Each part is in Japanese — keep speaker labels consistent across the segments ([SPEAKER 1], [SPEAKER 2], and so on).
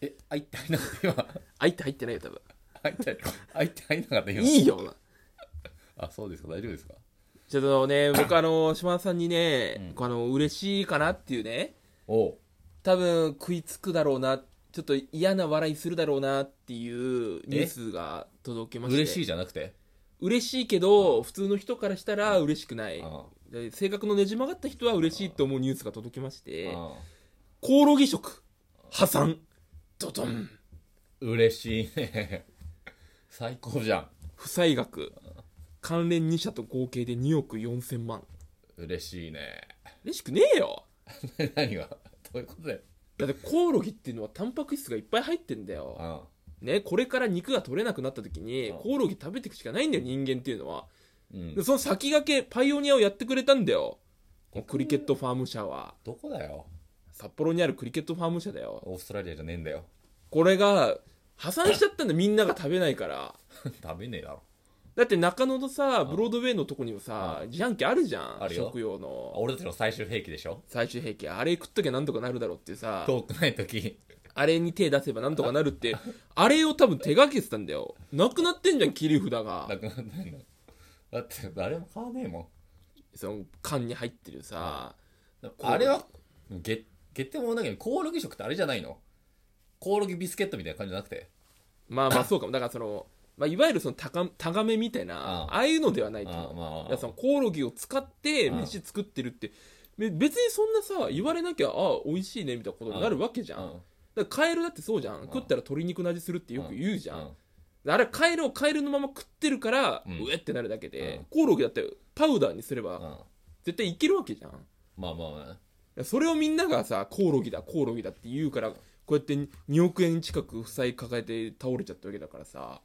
[SPEAKER 1] え入って入んなかった 今
[SPEAKER 2] あいって入ってないよ多分
[SPEAKER 1] 入って入って入んなかった今
[SPEAKER 2] いいよお前
[SPEAKER 1] あそうですか大丈夫ですか
[SPEAKER 2] ちょっと ね僕あの島田さんにね、あの嬉しいかなっていうね
[SPEAKER 1] おう
[SPEAKER 2] 多分食いつくだろうなちょっと嫌な笑いするだろうなっていうニュースが届きまして
[SPEAKER 1] 嬉しいじゃなくて
[SPEAKER 2] 嬉しいけど普通の人からしたら嬉しくない
[SPEAKER 1] あ
[SPEAKER 2] で性格のねじ曲がった人は嬉しいと思うニュースが届きまして
[SPEAKER 1] あ
[SPEAKER 2] コオロギ食破産ドドン
[SPEAKER 1] 嬉しいね 最高じゃん
[SPEAKER 2] 負債額関連2社と合計で2億4000万
[SPEAKER 1] 嬉しいね
[SPEAKER 2] 嬉しくねえよ
[SPEAKER 1] 何がどういうことだよ
[SPEAKER 2] だってコオロギっていうのはタンパク質がいっぱい入ってんだよ
[SPEAKER 1] あ
[SPEAKER 2] ねこれから肉が取れなくなった時に
[SPEAKER 1] うん
[SPEAKER 2] コオロギ食べていくしかないんだよ人間っていうのは
[SPEAKER 1] うん
[SPEAKER 2] でその先駆けパイオニアをやってくれたんだよクリケットファーム社は
[SPEAKER 1] どこだよ
[SPEAKER 2] 札幌にあるクリケットファーム社だよ
[SPEAKER 1] オーストラリアじゃねえんだよ
[SPEAKER 2] これが破産しちゃったんだよみんなが食べないから
[SPEAKER 1] 食べねえだろ
[SPEAKER 2] だって中野のさブロードウェイのとこにもさ自販機あるじゃん
[SPEAKER 1] あるよ
[SPEAKER 2] 食用の
[SPEAKER 1] 俺たちの最終兵器でしょ
[SPEAKER 2] 最終兵器あれ食っときゃなんとかなるだろうっていうさ
[SPEAKER 1] 遠くない時
[SPEAKER 2] あれに手出せばなんとかなるってあれを多分手がけてたんだよなくなってんじゃん切り札が
[SPEAKER 1] なくなったんだだって誰も買わねえも
[SPEAKER 2] その缶に入ってるさ
[SPEAKER 1] ん
[SPEAKER 2] コオロギ
[SPEAKER 1] あれはげ月点もだけどコオロギ食ってあれじゃないのコオロギビスケットみたいな感じじゃなくて
[SPEAKER 2] まあまあそうかもだからその、まあ、いわゆるその高高めみたいな
[SPEAKER 1] うん
[SPEAKER 2] ああいうのではないと思う
[SPEAKER 1] ああま
[SPEAKER 2] だか
[SPEAKER 1] あ
[SPEAKER 2] らそのコオロギを使って
[SPEAKER 1] うん
[SPEAKER 2] 飯作ってるってめ別にそんなさ言われなきゃああ美味しいねみたいなことになるわけじゃん
[SPEAKER 1] うん
[SPEAKER 2] だからカエルだってそうじゃん
[SPEAKER 1] ん
[SPEAKER 2] 食ったら鶏肉の味するってよく言うじゃ
[SPEAKER 1] うんん
[SPEAKER 2] あれはカエルをカエルのまま食ってるから
[SPEAKER 1] うん
[SPEAKER 2] うえってなるだけで
[SPEAKER 1] うん
[SPEAKER 2] コオロギだってパウダーにすれば
[SPEAKER 1] うん
[SPEAKER 2] 絶対いけるわけじゃん
[SPEAKER 1] まあまあま
[SPEAKER 2] いやそれをみんながさコオロギだコオロギだって言うからこうやって2億円近く負債抱えて倒れちゃったわけだからさ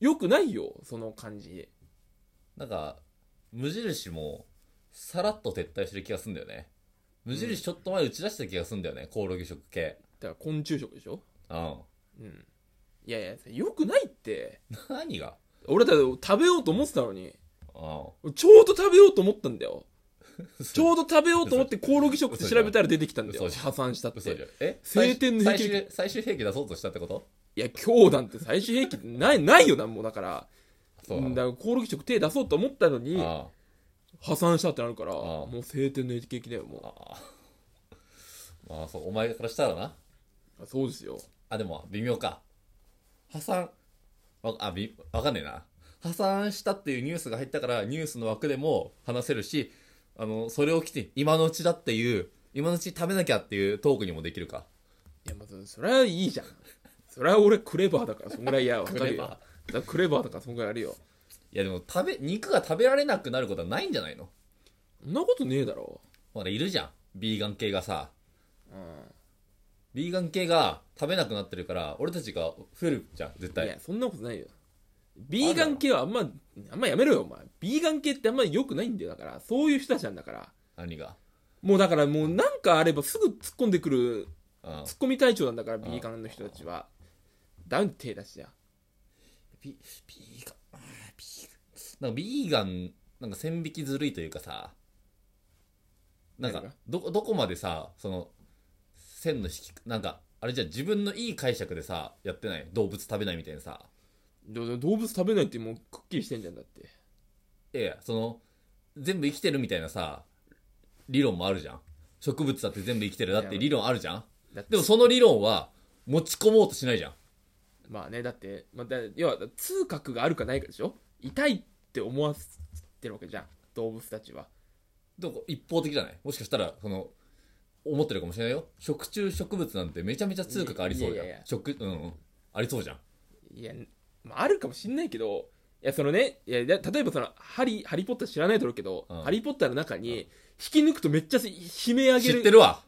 [SPEAKER 2] よくないよその感じ
[SPEAKER 1] あなんか無印もさらっと撤退してる気がするんだよね無印ちょっと前打ち出した気がするんだよね、コオロギ食系
[SPEAKER 2] だから昆虫食でしょ
[SPEAKER 1] うん
[SPEAKER 2] うんいやいやよくないって
[SPEAKER 1] 何が
[SPEAKER 2] 俺だって食べようと思ってたのに
[SPEAKER 1] う
[SPEAKER 2] ちょうど食べようと思ったんだよ
[SPEAKER 1] ん
[SPEAKER 2] ちょうど食べようと思ってコオロギ食って調べたら出てきたんだよ
[SPEAKER 1] 嘘じゃん
[SPEAKER 2] 破産したっ
[SPEAKER 1] 嘘じゃ
[SPEAKER 2] て
[SPEAKER 1] んえ
[SPEAKER 2] 晴天の霹
[SPEAKER 1] 最
[SPEAKER 2] 靂
[SPEAKER 1] 終最終兵器出そうとしたってこと
[SPEAKER 2] いや今日なんて最終兵器ないないよなんもだから
[SPEAKER 1] そうな
[SPEAKER 2] うん
[SPEAKER 1] の
[SPEAKER 2] だからコオロギ食手出そうと思ったのに
[SPEAKER 1] ああ
[SPEAKER 2] 破産したってなるから
[SPEAKER 1] ああ
[SPEAKER 2] もう晴天の霹靂だよもう
[SPEAKER 1] ああまあそうお前からしたらな
[SPEAKER 2] あそうですよ
[SPEAKER 1] あでも微妙か破産わあびわかんねえな破産したっていうニュースが入ったからニュースの枠でも話せるしあのそれをきて今のうちだっていう今のうち食べなきゃっていうトークにもできるか
[SPEAKER 2] いやまあそそれはいいじゃんそれは俺クレバーだからそんぐらいい やわか
[SPEAKER 1] ク
[SPEAKER 2] る
[SPEAKER 1] レ
[SPEAKER 2] よ
[SPEAKER 1] バー
[SPEAKER 2] だからクレバーだからそんぐらいあるよ
[SPEAKER 1] いやでも食べ肉が食べられなくなることはないんじゃないの
[SPEAKER 2] そんなことねえだろ
[SPEAKER 1] ほらいるじゃんビーガン系がさ
[SPEAKER 2] うん
[SPEAKER 1] ビーガン系が食べなくなってるから俺たちが増えるじゃん絶
[SPEAKER 2] い
[SPEAKER 1] 対
[SPEAKER 2] やそんなことないよビーガン系はあんまあんまやめろよお前ビーガン系ってあんま良くないんだよだからそういう人たちなんだから
[SPEAKER 1] 何が
[SPEAKER 2] もうだからもうなんかあればすぐ突っ込んでくる
[SPEAKER 1] う
[SPEAKER 2] 突
[SPEAKER 1] ん
[SPEAKER 2] っ込み隊長なんだからビーガンの人たちはダウン手出しじゃ
[SPEAKER 1] ビビーガンあービーガンなんかビーガンなんか線引きずるいというかさなんか
[SPEAKER 2] 何が
[SPEAKER 1] どどこまでさその線の引きなんかあれじゃあ自分のいい解釈でさやってない動物食べないみたいなさ
[SPEAKER 2] ど動物食べないってもうくっきりしてんじゃんだって
[SPEAKER 1] いやいやその全部生きてるみたいなさ理論もあるじゃん植物だって全部生きてるだって理論あるじゃん
[SPEAKER 2] だって
[SPEAKER 1] でもその理論は持ち込もうとしないじゃん
[SPEAKER 2] まあねだって、まあ、だ要は痛覚があるかないかでしょ痛いって思わせてるわけじゃん動物たちは
[SPEAKER 1] どこ一方的じゃないもしかしたらその思ってるかもしれないよ食虫植物なんてめちゃめちゃ通貨ありそう
[SPEAKER 2] い
[SPEAKER 1] じゃ
[SPEAKER 2] や
[SPEAKER 1] ん
[SPEAKER 2] いやいや
[SPEAKER 1] 食うんうんありそうじゃん
[SPEAKER 2] いや、まあ、あるかもしんないけどいやそのねいやだ例えばそのハリ「ハリー・ポッター」知らないだろうけど「
[SPEAKER 1] うん
[SPEAKER 2] ハリー・ポッター」の中に引き抜くとめっちゃ悲鳴上げ
[SPEAKER 1] 知
[SPEAKER 2] る
[SPEAKER 1] ってるわ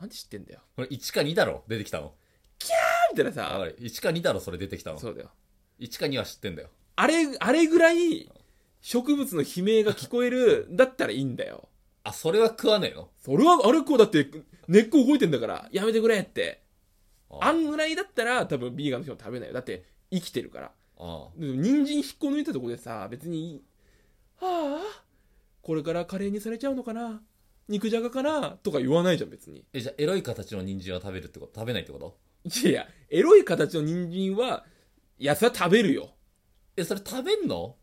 [SPEAKER 2] なんで知ってんだよ
[SPEAKER 1] これ1か2だろ出てきたの
[SPEAKER 2] みたいな
[SPEAKER 1] あ
[SPEAKER 2] さ
[SPEAKER 1] れ1か2だろそれ出てきたの
[SPEAKER 2] そうだよ
[SPEAKER 1] 1か2は知ってんだよ
[SPEAKER 2] あれあれぐらい植物の悲鳴が聞こえるだったらいいんだよ
[SPEAKER 1] あそれは食わねえの
[SPEAKER 2] それはあれこうだって根っこ動いてんだからやめてくれってあ
[SPEAKER 1] あ
[SPEAKER 2] んぐらいだったら多分ビーガンの人も食べないよだって生きてるから
[SPEAKER 1] あ
[SPEAKER 2] でも人参引っこ抜いたとこでさ別にはあこれからカレーにされちゃうのかな肉じゃがかなとか言わないじゃん別に
[SPEAKER 1] えじゃあエロい形の人参は食べるってこと食べないってこと
[SPEAKER 2] いやいや、エロい形の人参は、いや、それは食べるよ。
[SPEAKER 1] え、それ食べんの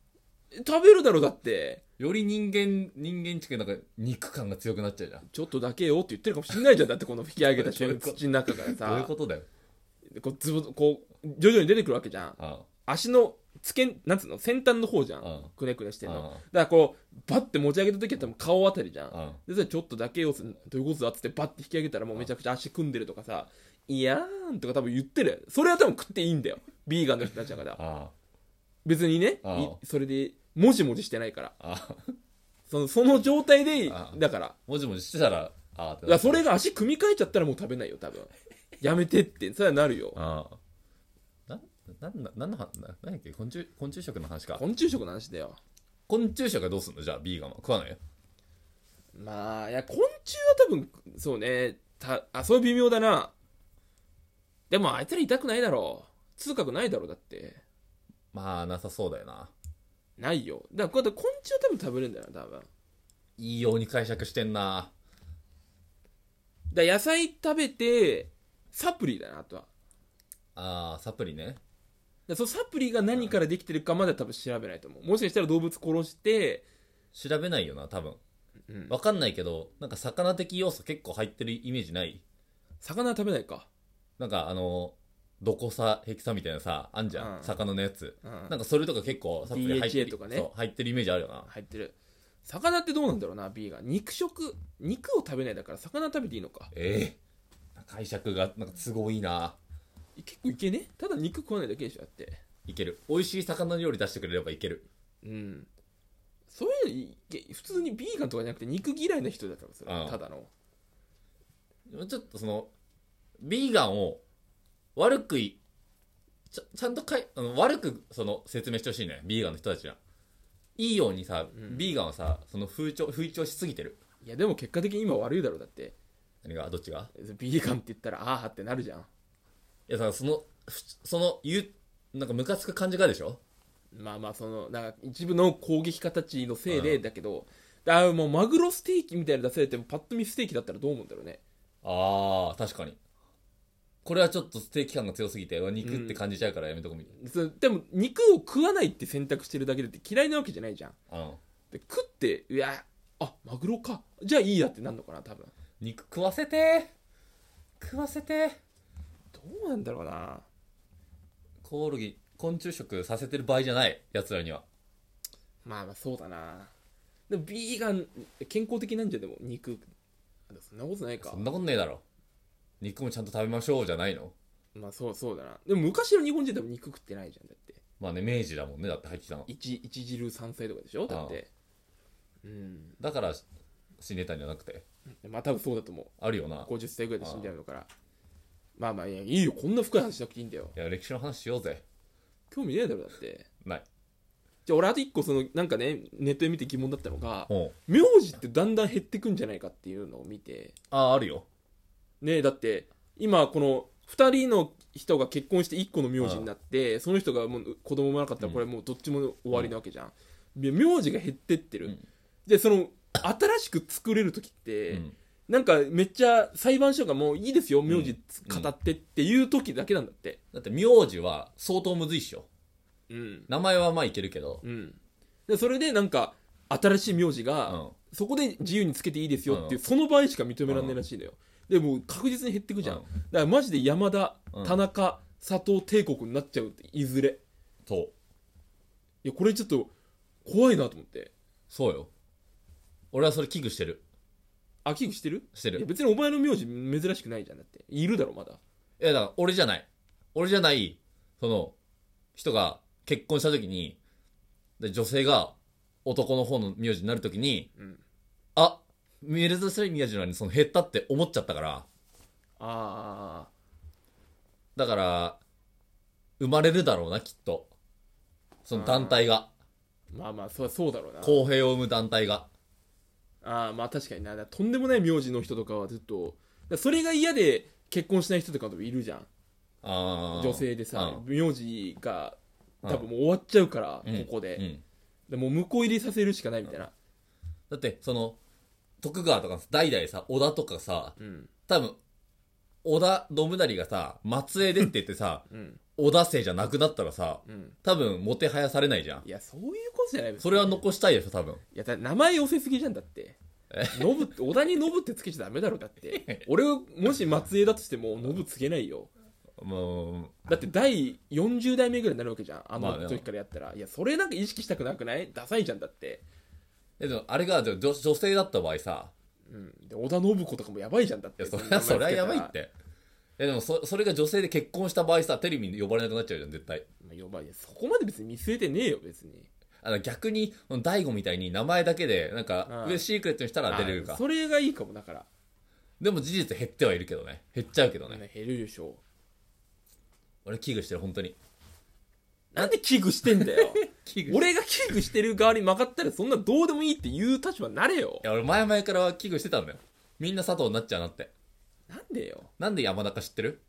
[SPEAKER 2] 食べるだろ、だって。
[SPEAKER 1] より人間、人間チキンなんか肉感が強くなっちゃうじゃん。
[SPEAKER 2] ちょっとだけよって言ってるかもしれないじゃん。だってこの引き上げた
[SPEAKER 1] どうい
[SPEAKER 2] 瞬
[SPEAKER 1] うこと
[SPEAKER 2] 間、土の中から
[SPEAKER 1] どういう
[SPEAKER 2] さ
[SPEAKER 1] こ、とだよ。
[SPEAKER 2] こう、ズボこう、徐々に出てくるわけじゃん。
[SPEAKER 1] あ
[SPEAKER 2] 足の付け、なんつうの、先端の方じゃ
[SPEAKER 1] うん
[SPEAKER 2] ん。くねくねしてんの。
[SPEAKER 1] うん
[SPEAKER 2] だからこう、バッて持ち上げた時は多分顔あたりじゃ。
[SPEAKER 1] あ、うんん。
[SPEAKER 2] で、それちょっとだけよ、どういうことだっつってバッて引き上げたらもうめちゃくちゃ足組んでるとかさ、いやーんとか多分言ってる。それは多分食っていいんだよ。ビーガンの人たちだから。
[SPEAKER 1] あ
[SPEAKER 2] 別にね、
[SPEAKER 1] うん
[SPEAKER 2] いそれで、もじもじしてないから。
[SPEAKER 1] あ、ああ、
[SPEAKER 2] そのその状態で
[SPEAKER 1] う、ん
[SPEAKER 2] だから。
[SPEAKER 1] もじもじしてたら、ああって
[SPEAKER 2] だからそれが足組み替えちゃったらもう食べないよ、多分。やめてって、それはなるよ。
[SPEAKER 1] ああ。な、なんだ、なんの話、ななんだっけ、昆虫、昆虫食の話か。
[SPEAKER 2] 昆虫食の話だよ。
[SPEAKER 1] 昆虫食はどうすんのじゃあ、ビーガンは食わないよ。
[SPEAKER 2] まあ、いや、昆虫は多分、そうね、た、あ、それ微妙だな。でも、あいつら痛くないだろう。痛覚ないだろう、だって。
[SPEAKER 1] まあ、なさそうだよな。
[SPEAKER 2] ないよ。だから、こうやって昆虫は多分食べれるんだよな、多分。だか
[SPEAKER 1] いいように解釈してんな。
[SPEAKER 2] ら野菜食べて、サプリだな、あとは。だか
[SPEAKER 1] ああ、サプリね。
[SPEAKER 2] らそのサプリが何からできてるかまでは多分調べないと思う。もしかしたら動物殺して、
[SPEAKER 1] 調べないよな、多分。
[SPEAKER 2] うん
[SPEAKER 1] わかんないけど、なんか魚的要素結構入ってるイメージない
[SPEAKER 2] 魚は食べないか。
[SPEAKER 1] なんかあの、どこさ、ヘキサみたいなさ、あんじゃん。
[SPEAKER 2] うん
[SPEAKER 1] 魚のやつ。
[SPEAKER 2] うん
[SPEAKER 1] なんかそれとか結構サプリ入って
[SPEAKER 2] DHA
[SPEAKER 1] る。
[SPEAKER 2] とかね
[SPEAKER 1] そう、入ってるイメージあるよな。
[SPEAKER 2] 入ってる魚ってどうなんだろうな B が肉食肉を食べないだから魚食べていいのか
[SPEAKER 1] ええ解釈が、なんか都合いいな。
[SPEAKER 2] 結構いけねただ肉食わないだけでしょだって
[SPEAKER 1] いける。美味しい魚料理出してくれればいける。
[SPEAKER 2] うんそういうのいけ普通にビーガンとかじゃなくて肉嫌いな人だからそれ
[SPEAKER 1] うん
[SPEAKER 2] ただの
[SPEAKER 1] ちょっとその、ビーガンを悪くい、ちゃちゃんとかいあの悪くその説明してほしいね。ビーガンの人たちは。いいようにさ、
[SPEAKER 2] ん
[SPEAKER 1] ビーガンはさ、その風潮、風潮しすぎてる。
[SPEAKER 2] いやでも結果的に今悪いだろうだって
[SPEAKER 1] 何がどっちが
[SPEAKER 2] ビーガンって言ったらああってなるじゃん
[SPEAKER 1] いやさ、その、ふその、ゆ、なんかムカつく感じがでしょ
[SPEAKER 2] まあまあそのなんか一部の攻撃家たちのせいうで
[SPEAKER 1] ん
[SPEAKER 2] だけどあもうマグロステーキみたいなの出されてもパッと見ステーキだったらどう思うんだろうね
[SPEAKER 1] ああ、確かに。これはちょっとステーキ感が強すぎて、うわ肉って感じちゃうからやめとこうみたい
[SPEAKER 2] そでも肉を食わないって選択してるだけでって嫌いなわけじゃないじゃん
[SPEAKER 1] な。うん。
[SPEAKER 2] で食っていやあマグロかじゃあいいやってなるのかな多分
[SPEAKER 1] 肉食わせて食わせて
[SPEAKER 2] どうなんだろうな
[SPEAKER 1] コオロギ、昆虫食させてる場合じゃない、奴らには。
[SPEAKER 2] まあまあそうだなでもビーガン健康的なんじゃでも肉あでもそんなことないか
[SPEAKER 1] そんなことねえだろ。肉もちゃんと食べましょうじゃないの
[SPEAKER 2] まあそうそうだなでも昔の日本人多分肉食ってないじゃんだって
[SPEAKER 1] まあね、明治だもんね、だって入ってきたの。
[SPEAKER 2] 一一汁三菜とかでしょだってうん
[SPEAKER 1] だから、死ねたんじゃなくて。
[SPEAKER 2] まあ多分そうだと思
[SPEAKER 1] あるよ
[SPEAKER 2] う
[SPEAKER 1] な。
[SPEAKER 2] 50歳ぐらいで死んじゃうのからまあまあいやいいよこんな深い話しなくていいんだよ
[SPEAKER 1] いや、歴史の話しようぜ。
[SPEAKER 2] 興味ねえだろだって
[SPEAKER 1] ない。
[SPEAKER 2] じゃあ俺あと一個そのなんかねネットで見て疑問だったのが
[SPEAKER 1] ほう。
[SPEAKER 2] 名字ってだんだん減ってくんじゃないかっていうのを見て
[SPEAKER 1] ああ、あるよ。
[SPEAKER 2] ねえだって今この2人の人が結婚して1個の名字になってその人がもう子供もなかったらこれもうどっちも終わりなわけじゃん、で名字が減ってってる、
[SPEAKER 1] うん
[SPEAKER 2] でその新しく作れる時って、
[SPEAKER 1] うん。
[SPEAKER 2] なんかめっちゃ裁判所がもういいですよ名字つ
[SPEAKER 1] うん
[SPEAKER 2] 語ってっていう時だけなんだって
[SPEAKER 1] だって、名字は相当むずいっしょ。
[SPEAKER 2] うん
[SPEAKER 1] 名前はまあいけるけど。
[SPEAKER 2] うんでそれでなんか新しい名字
[SPEAKER 1] う
[SPEAKER 2] が、
[SPEAKER 1] ん。
[SPEAKER 2] そこで自由につけていいですよっていう、
[SPEAKER 1] う
[SPEAKER 2] その場合しか認められないらしいのよ、でもう確実に減ってくじゃん、
[SPEAKER 1] うん
[SPEAKER 2] だからマジで山田、
[SPEAKER 1] うん
[SPEAKER 2] 田中佐藤帝国になっちゃうっていずれ
[SPEAKER 1] そう。
[SPEAKER 2] いやこれちょっと怖いなと思って
[SPEAKER 1] そうよ。俺はそれ危惧してる。
[SPEAKER 2] あ危惧してる
[SPEAKER 1] して
[SPEAKER 2] いや
[SPEAKER 1] る。
[SPEAKER 2] 別にお前の名字珍しくないじゃんだっているだろまだ
[SPEAKER 1] いや、だから俺じゃない。俺じゃない、その、人が結婚した時に、で女性が男の方の名字になる時に、
[SPEAKER 2] うん
[SPEAKER 1] あ、珍しい名字なのにその減ったって思っちゃったから、
[SPEAKER 2] ああ
[SPEAKER 1] だから、生まれるだろうな、きっと。その団体が、
[SPEAKER 2] まあまあそうそうだろうな
[SPEAKER 1] 公平を生む団体が。
[SPEAKER 2] ああまあ確かになだからとんでもない名字の人とかはずっとだからそれが嫌で結婚しない人とかもいるじゃん
[SPEAKER 1] あー
[SPEAKER 2] 女性でさ名字が多分もう終わっちゃうから
[SPEAKER 1] うん
[SPEAKER 2] ここで
[SPEAKER 1] うんうん
[SPEAKER 2] でもう向こう入りさせるしかないみたいな。
[SPEAKER 1] だって、その、徳川とかさ代々さ、織田とかさ、
[SPEAKER 2] うん。
[SPEAKER 1] 多分、織田信成がさ、松江でって言ってさ、
[SPEAKER 2] うん
[SPEAKER 1] 織田姓じゃなくなったらさ、
[SPEAKER 2] うん
[SPEAKER 1] 多分もてはやされないじゃん
[SPEAKER 2] い。やそういうことじゃない
[SPEAKER 1] それは
[SPEAKER 2] の
[SPEAKER 1] 残したいでしょ、多分。
[SPEAKER 2] いやだ名前寄せすぎじゃんだって
[SPEAKER 1] え
[SPEAKER 2] ノブって小田にノブってつけちゃダメだろだって 俺もし松江だとしてもノブつけないよ
[SPEAKER 1] もう、
[SPEAKER 2] だって第40代目ぐらいになるわけじゃんあ
[SPEAKER 1] まあね
[SPEAKER 2] の時からやったら、いやそれなんか意識したくなくないダサいじゃんだって、
[SPEAKER 1] えでもあれが女女女性だった場合さ、
[SPEAKER 2] うん、で織田信子とかもやばいじゃんだっ
[SPEAKER 1] い
[SPEAKER 2] て
[SPEAKER 1] や、それ
[SPEAKER 2] んな
[SPEAKER 1] は、
[SPEAKER 2] 名前
[SPEAKER 1] それはやばい
[SPEAKER 2] つ
[SPEAKER 1] っ
[SPEAKER 2] けたら
[SPEAKER 1] て。え、でもそ、それが女性で結婚した場合さ、テレビに呼ばれなくなっちゃうじゃん、絶対。
[SPEAKER 2] まあやばいそこまで別に見据えてねえよ別に
[SPEAKER 1] あの、逆に、大悟みたいに名前だけで、なんか、
[SPEAKER 2] うん
[SPEAKER 1] シークレットにしたら出れる
[SPEAKER 2] あ
[SPEAKER 1] か。
[SPEAKER 2] それがいいかもだから、
[SPEAKER 1] でも事実減ってはいるけどね。減っちゃうけどね。
[SPEAKER 2] 減るでしょ
[SPEAKER 1] 俺危惧してる、本当に。
[SPEAKER 2] なんで危惧してんだ よ
[SPEAKER 1] 危俺い
[SPEAKER 2] 俺が危惧してる側に曲がったらそんなどうでもいいって言う立場になれよ
[SPEAKER 1] や、俺前々から危惧してたんだよ。みんな佐藤になっちゃうなって。
[SPEAKER 2] なんでよ
[SPEAKER 1] なんで山中知ってる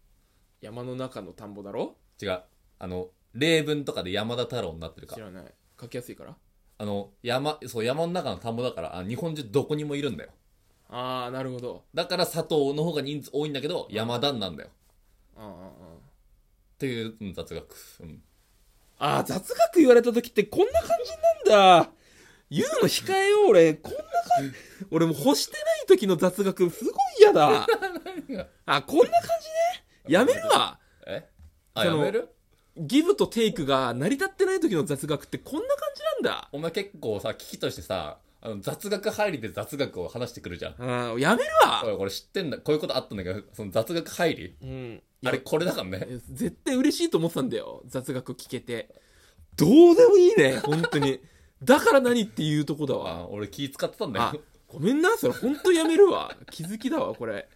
[SPEAKER 2] 山の中の田んぼだろ
[SPEAKER 1] 違う。あの、例文とかで山田太郎になってるか
[SPEAKER 2] 知。らない書きやすいから
[SPEAKER 1] あの、山、そう、山の中の田んぼだから、あ日本中どこにもいるんだよ。
[SPEAKER 2] ああなるほど
[SPEAKER 1] だから佐藤の方が人数多いんだけど、山田なんだよ。
[SPEAKER 2] あーあー
[SPEAKER 1] っていううん雑学。うん。
[SPEAKER 2] あーあー雑学言われた時ってこんな感じなんだ言うの控えよう俺こんな感じ俺もう欲してない時の雑学すごい嫌だ
[SPEAKER 1] が
[SPEAKER 2] あこんな感じねやめるわ
[SPEAKER 1] えあ、
[SPEAKER 2] そ
[SPEAKER 1] や
[SPEAKER 2] の
[SPEAKER 1] める
[SPEAKER 2] ギブとテイクが成り立ってない時の雑学ってこんな感じなんだ
[SPEAKER 1] お前結構さ、危機としてさ、あの雑学入りで雑学を話してくるじゃん。
[SPEAKER 2] うんやめるわ
[SPEAKER 1] おいこれ知ってんだ、こういうことあったんだけど、その雑学入り
[SPEAKER 2] うん
[SPEAKER 1] あれこれだからね。
[SPEAKER 2] 絶対嬉しいと思ってたんだよ雑学聞けてどうでもいいね本当にだから何っていうとこだわ
[SPEAKER 1] あ俺気使ってたんだ
[SPEAKER 2] あ
[SPEAKER 1] よ。
[SPEAKER 2] ごめんなそれ本当やめるわ気づきだわこれ